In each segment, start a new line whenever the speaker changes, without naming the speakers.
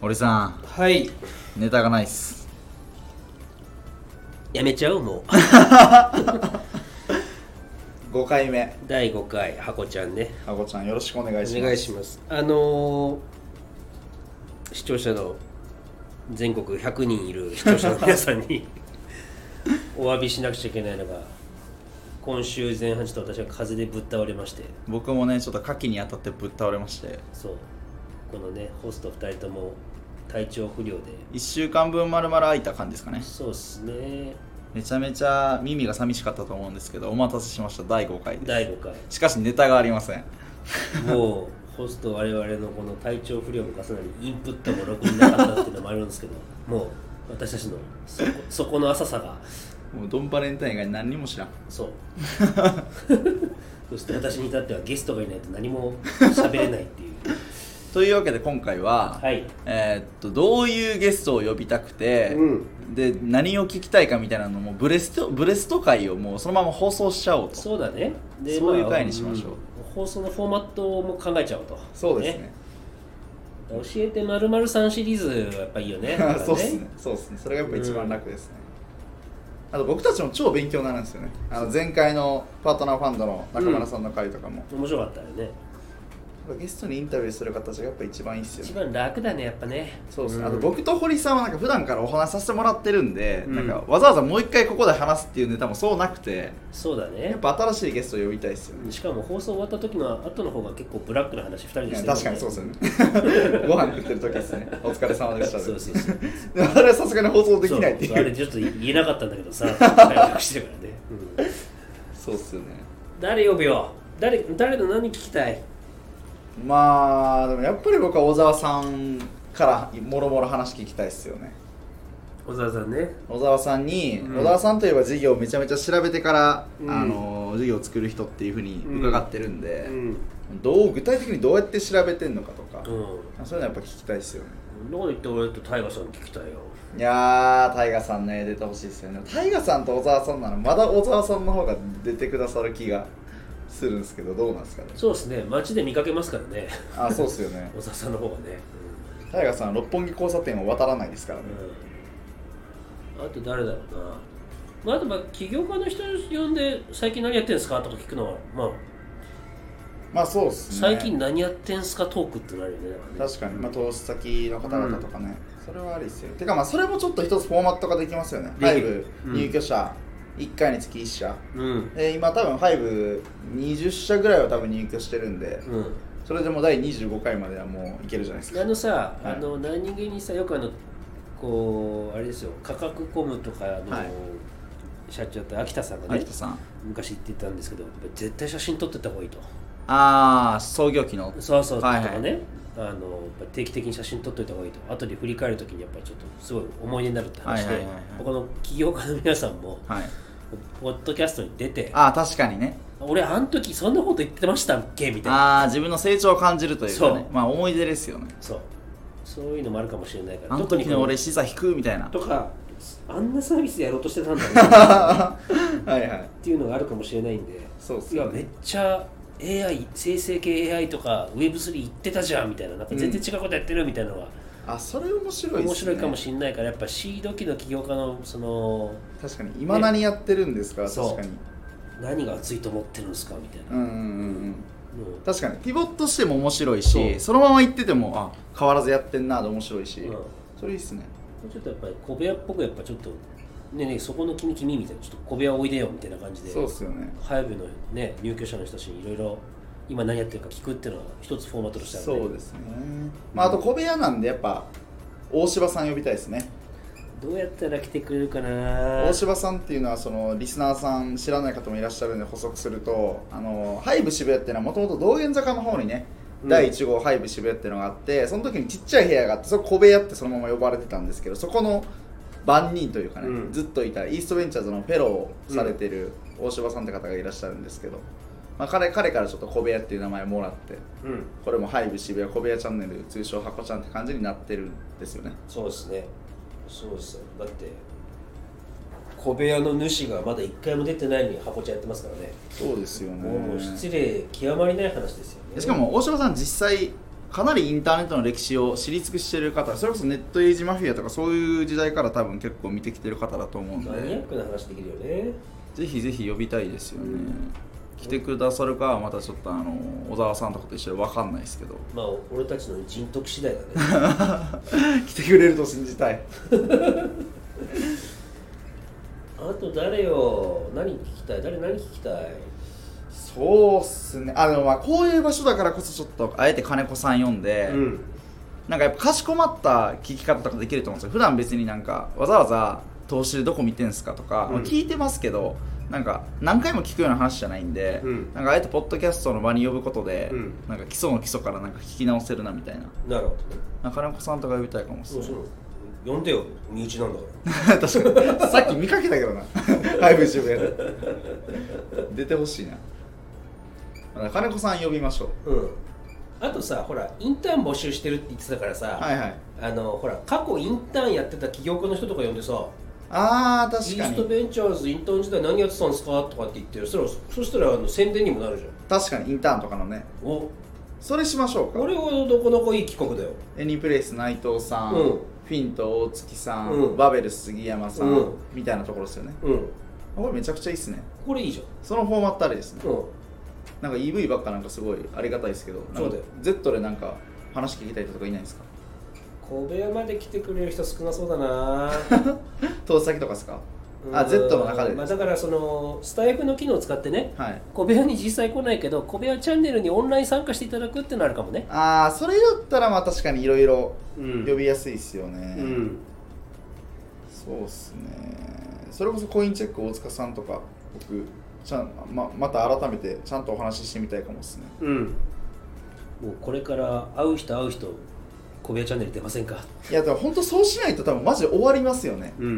堀さん
はい
ネタがないっす
やめちゃうもう
5回目
第5回ハコちゃんね
あこちゃんよろしくお願いします
お願いしますあのー視聴者の全国100人いる視聴者の皆さん にお詫びしなくちゃいけないのが今週前半ちょっと私は風でぶっ倒れまして
僕もねちょっと牡蠣に当たってぶっ倒れまして
そうこのねホスト2人とも体調不良で
1週間分まるまる空いた感じですかね
そうっすね
めちゃめちゃ耳が寂しかったと思うんですけどお待たせしました第5回です
第5回
しかしネタがありません
もうホスト我々のこの体調不良の重なりインプットもろくになかったっていうのもあるん ですけどもう私たちのそこそこの浅さが
もうドンバレンタイン以外何にも知らん
そう そして私に至ってはゲストがいないと何も喋れないっていう
というわけで今回は、
はい
えーっとどういうゲストを呼びたくて、
う
で何を聞きたいかみたいなのもブレストブレスト会をもうそのまま放送しちゃおうと
そうだね
そういう回にしましょう
あん放送のフォーマットも考えちゃおうと
ね
教えてまるさんシリーズはやっぱいいよね
そうっすねそうっすねそれがやっぱ一番楽ですね、あと僕たちも超勉強になるんですよねあの前回のパートナーファンドの中村さんの回とかも、
面白かったよね
ゲストにインタビューする形がやっぱ一番いいっすよ
一
ね
番楽だねやっぱね
そうですね、
ん
あと僕と堀さんはなんか普段からお話しさせてもらってるんで、
うん
なんかわざわざもう一回ここで話すっていうネタもそうなくて
そうだね
やっぱ新しいゲストを呼びたいですよね
しかも放送終わった時の後の方が結構ブラックな話2人で
い
し
や
て
確かにそうですよねご飯食ってる時ですねお疲れ様でした
そうそうそう
でもあれはさすがに放送できないってい
そうあれ
う
ちょっと言えなかったんだけどさ 早くしてからね、うん
そうっすよね
誰呼ぶよ誰誰の何聞きたい
まあでもやっぱり僕は小沢さんからもろもろ話聞きたいっすよね
小沢さんね
小沢さんに、
うん
小沢さんといえば事業をめちゃめちゃ調べてから、
うん
あの事業を作る人っていうふうに伺ってるん
う
で、
ん、
どう具体的にどうやって調べてんのかとか、
う
そういうのやっぱ聞きたいっすよね
ん、どこに行って俺とタイガーさん聞きたいよ
いやー大河さんね出てほしいっすよね大河さんと小沢さんならまだ小沢さんの方が出てくださる気がするんですけどどうなんですかね
そうですね街で見かけますからね
あそうっすよ ね
小沢さんの方がね、
大河さん六本木交差点を渡らないですからね
うんうん、あと誰だろうなまあ、あとまあ起業家の人呼んで最近何やってんすかとか聞くのはまあ
まあそうっすね
最近何やってんすかトークってなるよねだらね
確かに、まあ、投資先の方々とかね、それはありですよてかまあそれもちょっと一つフォーマットができますよね
でき
5
るうん
入居者、1回につき1社
うん
で今多分520社ぐらいは多分入居してるんで、
うん
それでもう第25回まではもういけるじゃないですか
あのさ、
はい
あの何気にさよくあのこうあれですよ価格コムとかの、
はい
社長って秋田さんがね
さん
昔言ってたんですけど絶対写真撮ってった方がいいと
ああ創業期の
そうそう、
はいはい
とかねあのやっぱ定期的に写真撮っといた方がいいと後で振り返るときにやっぱりちょっとすごい思い出になるって話で、
はいはいはいはい
この起業家の皆さんも
はい
ポッドキャストに出て
ああ確かにね
俺あの時そんなこと言ってましたっけみたいな
ああ自分の成長を感じるというかね
そう
まあ思い出ですよね
そうそういうのもあるかもしれないから
あの
特に
時
こ
の俺視座引くみたいな
とかあんなサービスやろうとしてたん だっ
はいはい
ていうのがあるかもしれないんで
そうっす
い
よ
や
ね
めっちゃ AI 生成系 AI とか Web3 言ってたじゃんみたいななんか全然違うことやってるみたいなのが
あそれ面白いっすね
面白いかもしれないからやっぱシード期の起業家のその
確かに今何やってるんですか、
そう
確かに
何が熱いと思ってるんですかみたいな
うんうんうん
のを
確かにピボットしても面白い
そ
しそうのまま行っててもあ変わらずやってんなで面白いし、
うん
それいいっすね
ちょっとやっぱり小部屋っぽくやっぱちょっとねえねえそこの君君みたいなちょっと小部屋おいでよみたいな感じで
そうっすよね
ハイブのね入居者の人たちにいろいろ今何やってるか聞くっていうのは一つフォーマットとしてあるね
そうですね、まあ、あと小部屋なんでやっぱ大柴さん呼びたいですね
どうやったら来てくれるかな
大柴さんっていうのはそのリスナーさん知らない方もいらっしゃるんで補足するとあのハイブ渋谷っていうのはもともと道玄坂の方にね、
うん
第1号ハイブ渋谷っていうのがあってその時にちっちゃい部屋があってそこ小部屋ってそのまま呼ばれてたんですけどそこの番人というかね、
うん
ずっといたイーストベンチャーズのフェローをされてる大柴さんって方がいらっしゃるんですけど、まあ、彼彼からちょっと小部屋っていう名前もらって
うん
これもハイブ渋谷小部屋チャンネル通称ハコちゃんって感じになってるんですよね
そうですねそうですよだって小部屋の主がまだ一回も出てないのに箱ちゃんやってますからね
そうですよ
もう失
ね
礼極まりない話ですよね
しかも大城さん実際かなりインターネットの歴史を知り尽くしてる方それこそネットエイジマフィアとかそういう時代から多分結構見てきてる方だと思うん
マニア
で
ックな話できるよね
ぜひぜひ呼びたいですよね、来てくださるかはまたちょっとあの小沢さんとかと一緒で分かんないですけど
まあ俺たちの人徳次第だね
来てくれると信じたい
あと誰よ何聞きたい誰何聞きたい
そうっすねあでもまあこういう場所だからこそちょっとあえて金子さん読んで、
うん
なんかやっぱかしこまった聞き方とかできると思うんですよ普段別になんかわざわざ投資でどこ見てんすかとか、
うん
まあ聞いてますけどなんか何回も聞くような話じゃないんで、
うん
なんかあえてポッドキャストの場に呼ぶことで、
うん
なんか基礎の基礎からなんか聞き直せるなみたいな
なるほどね
なんか金子さんとか呼びたいかもっす
そう
ね
そう呼んでよ身内なんだか ら
確かにさっき見かけたけど なライブ渋谷で出てほしいなだから金子さん呼びましょ
うんあとさほらインターン募集してるって言ってたからさ、
うはいはい
あのほら過去インターンやってた起業家の人とか呼んでさ
あー
イ
確
ー
か
スト
に
ベンチャーズインターン時代何やってたんですかとかって言ってるそしたらそしたらあの宣伝にもなるじゃん
確かにインターンとかのね
お
それしましょうか
これはなかなかいい企画だよ
エニープレイス内藤さん、
うん
フィント大月さん、
うん
バベル杉山さん、
うん
みたいなところですよね
うん
これめちゃくちゃいいっすね
これいいじ
そのフォーマットあれですね
ゃんうん
なんか EV ばっかなんかすごいありがたいですけどなんか
そうだよ
Z でなんか話聞きたい人とかいないですか
小部屋まで来てくれる人少なそうだな
投資先とかですか
う ん
あ Z の中で
まあ、
です
だからそのスタイフの機能を使ってね
はい
小部屋に実際来ないけど小部屋チャンネルにオンライン参加していただくってのあるかもね
ああそれだったらまあ確かにいろいろ
うん
呼びやすいっすよね、
うん
そうっすねそれこそコインチェック大塚さんとか僕ちゃんままた改めてちゃんとお話ししてみたいかもっすね
うんもうこれから会う人会う人小部屋チャンネル出ませんか
いやでも本当そうしないと多分マジで終わりますよね
うん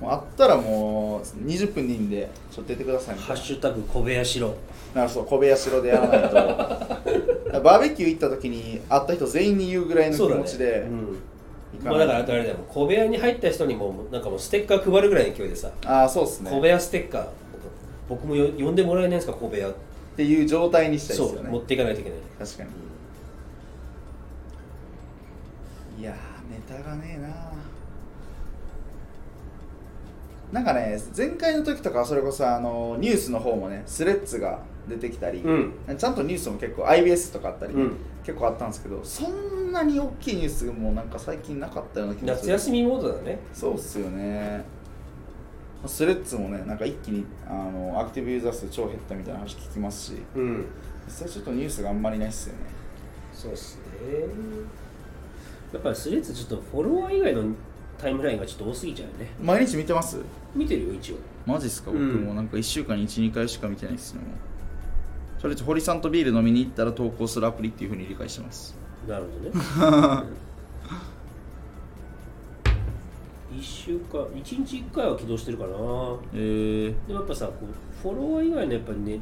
もうあったらもう20分でいいんでちょっと出てくださいみた
ハ
い
ッシュタグ小部屋しろ
ななるそう小部屋城でやらないと バーベキュー行った時に会った人全員に言うぐらいの気持ちで、
うん
いか
まあ、
ない
だからあとあれだよ小部屋に入った人にもなんかもうステッカー配るぐらいの勢いでさ、
ああそうっすね
小部屋ステッカー僕もよ呼んでもらえないんですか小部屋
っていう状態にしたいで
そ
すよ
う持
ね
っていかないといけない
確かにいやーネタがねえななんかね前回の時とかはそれこそあのニュースの方もねスレッズが出てきたり、
うん
ちゃんとニュースも結構 IBS とかあったり、
うん
結構あったんですけどそんなに大きいニュースもなんか最近なかったような気がす
夏
る
休みモードだね
そうっすよねスレッズもねなんか一気にあのアクティブユーザー数超減ったみたいな話聞きますし
うん
実際ちょっとニュースがあんまりないっすよね
そうっすねやっぱりスレッズちょっとフォロワー以外のタイムラインがちょっと多すぎちゃうよね
毎日見てます
見てるよ一応
マジっすか
う
僕
ん
もなんか1週間に12回しか見てないっすねもうとりあえず堀さんとビール飲みに行ったら投稿するアプリっていうふうに理解してます
なるほどね一週間一日一回は起動してるかな
えー、
でもやっぱさこうフォロワー以外のやっぱりね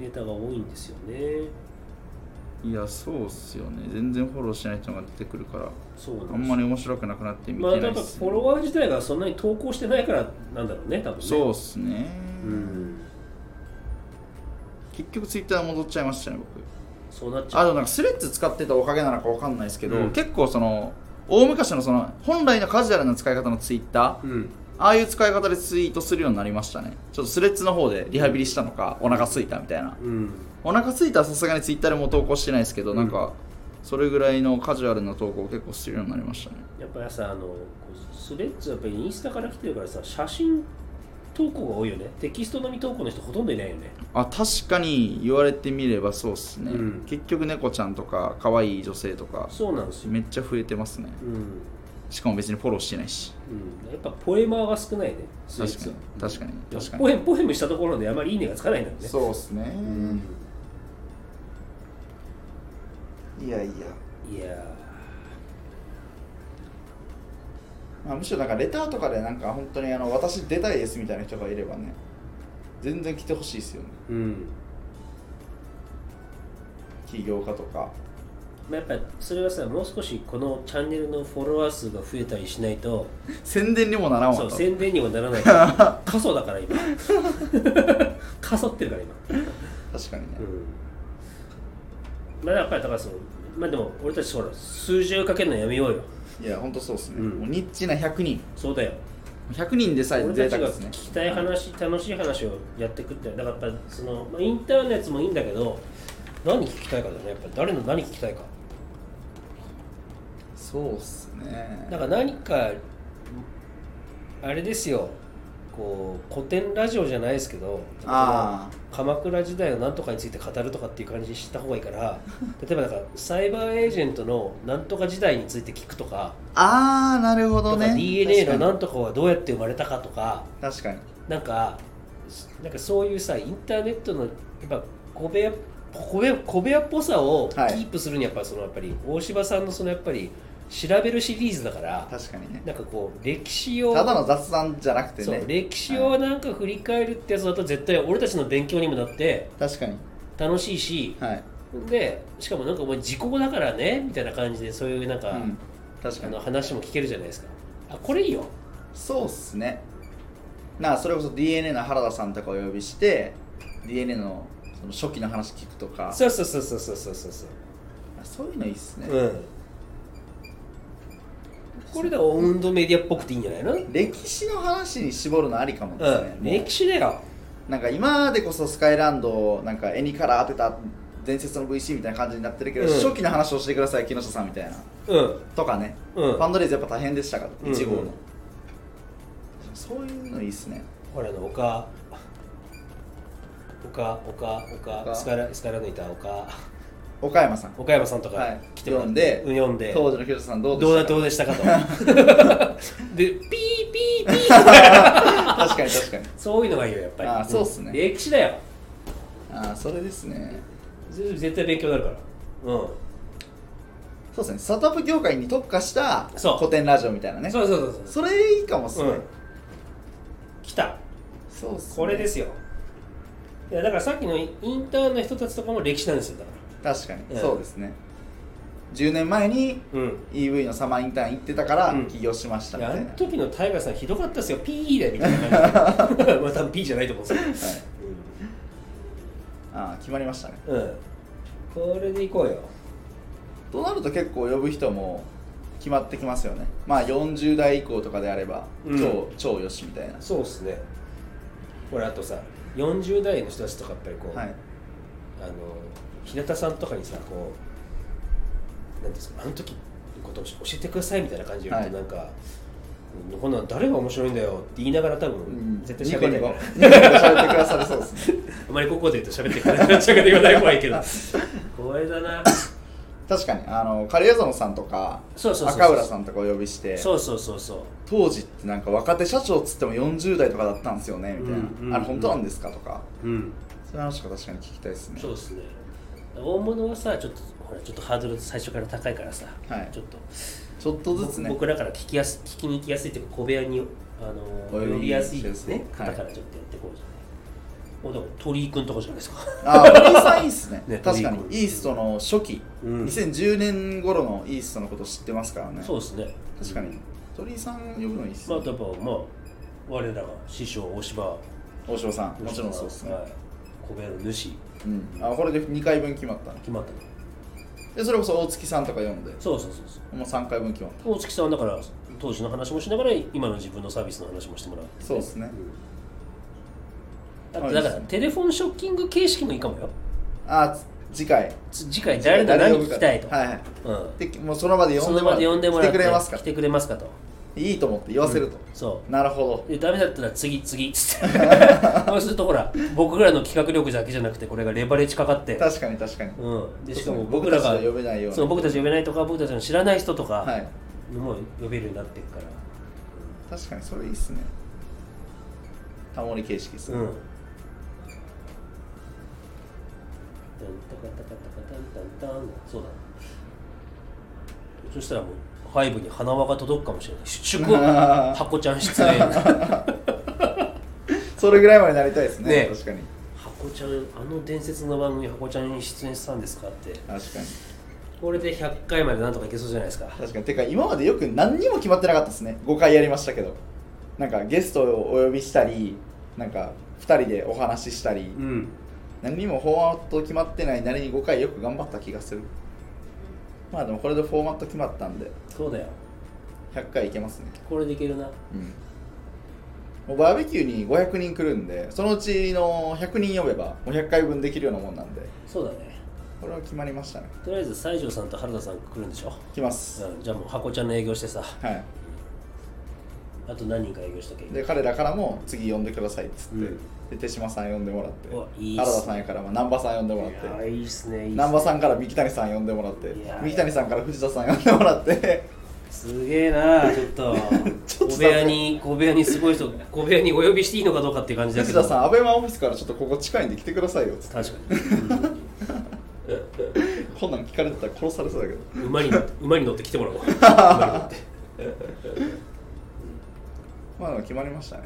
ネタが多いんですよね
いやそうっすよね全然フォローしない人が出てくるから
そうなんです
あんまり面白くなくなって見て
ま
な
あ
い
やっ
っ
ぱ
す、
フォロワー自体がそんなに投稿してないからなんだろうね多分ね
そうっすね、
うん
結局ツイッター戻っちゃいましたね僕
そうなっちゃ
あ
う
となんかスレッズ使ってたおかげなのかわかんないですけど、
うん
結構その大昔のその本来のカジュアルな使い方のツイッター、
うん
ああいう使い方でツイートするようになりましたねちょっとスレッズの方でリハビリしたのかお腹すいたみたいな
うん
お腹すいたはさすがにツイッターでもう投稿してないですけど、
うん
なんかそれぐらいのカジュアルな投稿を結構するようになりましたね
やっぱりさあのこうスレッズはやっぱりインスタから来てるからさ写真投稿が多いよねテキストのみ投稿の人ほとんどいないよね
あ確かに言われてみればそうっすね、
うん
結局猫ちゃんとか可愛い女性とか
そうなんですよ
めっちゃ増えてますね
うん、うん、
しかも別にフォローしてないし
やっぱポエマーが少ないねスレッ
確
ズ
か
は
に確かに確かに
ポエムポエムしたところであまりいいねがつかないんだよね
そうっすね、
うん
いやいや、
いや
まあ、むしろなんかレターとかでなんか本当にあの私出たいですみたいな人がいればね全然来てほしいですよね
ーうん
起業家とか
まあ、やっぱそれはさもう少しこのチャンネルのフォロワー数が増えたりしないと
宣伝にもならんわ
そう
と
宣伝にもな らないから過疎だから今 過疎ってるから今
確かにね、
うんまあやっぱりだからそのまあでも俺たちほら数字をかけるのやめようよ
いや本当そうですね、
うん
もうニッチな100人
そうだよ
100人でさえ
俺
贅
たち
沢
が
ですね
聞きたい話、楽しい話をやってくってだからやっぱその、まあ、インターネットもいいんだけど何聞きたいかだよねやっぱり誰の何聞きたいか
そうっすね
だから何かあれですよこう古典ラジオじゃないですけど
ああ
鎌倉時代のなんとかについて語るとかっていう感じにした方がいいから 例えばなんかサイバーエージェントのなんとか時代について聞くとか
あーなるほ
と
ど
か
ね
DNA のなんんとかはどうやって生まれたかとか
確かに
なんかなんかそういうさインターネットのやっぱ小部屋小部屋小部屋っぽさをキ
はい
ープするにはやっぱそのやっぱり大柴さんのそのやっぱり調べるシリーズだから
確かにね
なんかこう歴史を
ただの雑談じゃなくて
そ
ね
う歴史をなんか振り返るってやつだと絶対俺たちの勉強にもなって
確かに
楽しいし
はい、
でしかもなんかお前時効だからねみたいな感じでそういうなんか、
うん、確
あ
かに
の話も聞けるじゃないですかあこれいいよ
そうっすねなあそれこそ DNA の原田さんとかお呼びして DNA のその初期の話聞くとか
そうそうそうそうそうそうそうそ
そういうのいいっすね、
ううんこれでオウンドメディアっぽくていいんじゃないの、う
歴史の話に絞るのありかもですね、
ん、
もう
歴史だよ
なんか今でこそスカイランドをなんか絵にから当てた伝説の VC みたいな感じになってるけど、
うん
初期の話をしてください木下さんみたいな
うん
とかね、
うん
ファンドレイズやっぱ大変でしたから
うん
1号の、
うん
そういうのいいっすね
ほらあの岡岡岡岡
岡
スカラスカラ抜いた岡
岡山さん
岡山さんと
は
か
い
来てもらって、
読んで
読んで
当時の木下さんどうで
どうだ
した
どうでしたかと でピーピーピー
確かに確かに
そういうのがいいよやっぱり
あーそうっすね
ん歴史だよ
ああそれですね
ぜ絶対勉強になるからうん
そうですねスタートアップ業界に特化した
そう
古典ラジオみたいなね
そうそうそうそ
それいいかもっす
う、
ね、
うん、来た
そうっすね
これですよいやだからさっきのイインターンの人たちとかも歴史なんですよだか
確かに、
うん
そうですね10年前に
らうん
EV のサマーインターン行ってたから
うん
起業しました
い
み
や
た
あ
い
の
な、
時のタイガーさんひどかったですよピーでみたい な感じでまあ多分ピーじゃないと思うんですけ
はいああ決まりましたね
ど、うん、これでいこうよ
となると結構呼ぶ人も決まってきますよねまあ40代以降とかであれば、
うん
超超よしみたいな
そうっすねこれあとさ40代の人たちとかやっぱりこう、
はい
あの日向さんとかにさこうなんていうんですかあの時のことを教えてくださいみたいな感じで言うと、
は
なんか「こんなん誰が面白いんだよ」って言いながら多分、
うん
絶対喋って
ニ
な
コ
い
ニ
か
コ
ら
ニコニコ喋ってくださるそうですね
あまりここで言うと喋ってくれない喋ってくれない怖いけど 怖いだな
確かにあの狩矢園さんとか
そうそうそうそう
赤浦さんとかお呼びして
そうそうそうそう
当時ってなんか若手社長っつっても40代とかだったんですよねみたいな、
うんうん
あれ本当なんですかとか
うん
そういう話とか確かに聞きたいですね
そうですね大物はさちょっとほらちょっとハードル最初から高いからさ、
はい
ちょっと
ちょっとずつね
僕僕らから聞きやす聞きに行きやすいっていうか小部屋にあ
お
の
呼び
呼びやすいですね
しやすいはい
方からちょっとやっていこうじゃない、おだから鳥居君とかじゃないですか
あー森井さんいいっすね
ね
確かに
いい子
イーストの初期、
うん
2010年頃のイーストのこと知ってますからね
そうですね
確かに鳥居さん呼ぶのいいっす
まあ
ね、
やっぱまあ我らが師匠大柴
大城さんもちろんそうですね、
はい小部屋の主
うん、あこれで2回分決まったね
決まったの
でそれこそ大月さんとか読んでも
そうそうそうそう
う3回分決まった
大月さんはだから当時の話もしながら今の自分のサービスの話もしてもらう
そうですね
だってだからテレフォンショッキング形式もいいかもよ
あーつ次回
つ次回誰の何
呼ぶ
聞
か
きたいと、
はいはい
うん、
でもうその場で呼
そ
んで
の
も
場
らっ
で
て
呼んでもらって
来てくれますか
来てくれますかと
いいと思って言わせると、
そう
なるほ
でダメだったら次次 つってそうするとほら僕らの企画力だけじゃなくてこれがレバレッジかかって
ど確かに確かに、
うん、でし
そう
か
そう
も僕らが
僕たちが呼べないような
そう僕たち呼べないとか僕たちの知らない人とか、
はい
もう呼べるようになってるから
確かにそれいいっすねタモリ形式ですね、
うんそうだそしたらもう背部に花輪が届くかもしれない祝福
あー
箱ちゃん失礼
それぐらいまでなりたいです
ね
ね確かに
ハコちゃんあの伝説の番組ハコちゃんに出演したんですかって
確かに
これで100回までなんとかいけそうじゃないですか
確かにてか今までよく何にも決まってなかったですね5回やりましたけどなんかゲストをお呼びしたりなんか2人でお話ししたり、
うん
何にもフォーマット決まってないなりに5回よく頑張った気がするまあでもこれでフォーマット決まったんで
そうだよ
100回いけますね
これでいけるな
うんもうバーベキューに500人来るんでそのうちの100人呼べばもう100回分できるようなもんなんで
そうだね
これは決まりましたね
とりあえず西条さんと原田さん来るんでしょ、
来ます
うん、じゃあもう箱ちゃんの営業してさ
はい
あと何人か営業しとけ
で彼らからも次呼んでくださいっつって、
うん
で手島さん呼んでもらって
おいいっす
原田さんやからまあ南波さん呼んでもらっ
いや
て
ーいいっすねいいっすね
南波さんから三木谷さん呼んでもらって
いやー
三木谷さんから藤田さん呼んでもらって
すげえなちょっと
ちょっと
小部屋に小部屋にすごい人小部屋にお呼びしていいのかどうかっていう感じだけ
藤
ど
田さんアベマオフィスからちょっとここ近いんで来てくださいよっつって
確か
こんなん聞かれてたら殺されそうだけど
に馬に 乗って馬に乗って来てもらおう馬に乗って
まあでも決まりましたね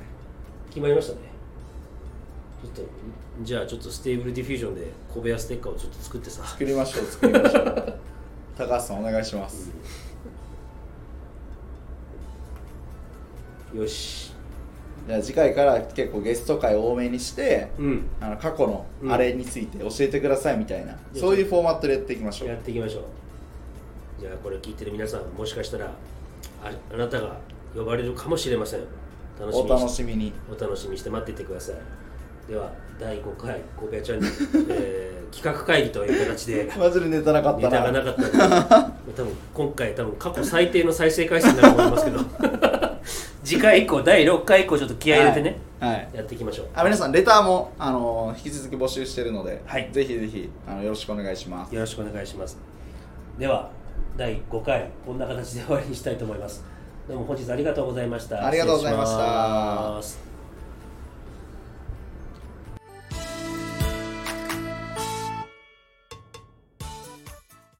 決まりましたねちょっとじゃあちょっとステーブルディフュージョンで小部屋ステッカーをちょっと作ってさ
作りましょう 作りましょう高橋さんお願いします
よし
じゃあ次回から結構ゲスト会多めにして
うん
あの過去の
うん
あれについて教えてくださいみたいな、
うん
そういうフォーマットでやっていきましょう
やっていきましょうじゃあこれ聞いてる皆さんもしかしたらああなたが呼ばれるかもしれません楽しみ
お
にして
楽しみに
お楽しみにして待っていてくださいでは第5回小部屋チャンネル、 えー企画会議という形 で
マジでネタなかっ
ネ
た
タが
な
なかったので多分今回多分過去最低の再生回数になると思いますけど 次回以降第6回以降ちょっと気合い入れてね、
はい、はい
やっていきましょう
あ皆さんレターも、あのー引き続き募集してるので、
はい
ぜひぜひあのよろしくお願いします
よろしくお願いしますでは第5回こんな形で終わりにしたいと思いますどうも本日ありがとうございました
ありがとうございました
失礼します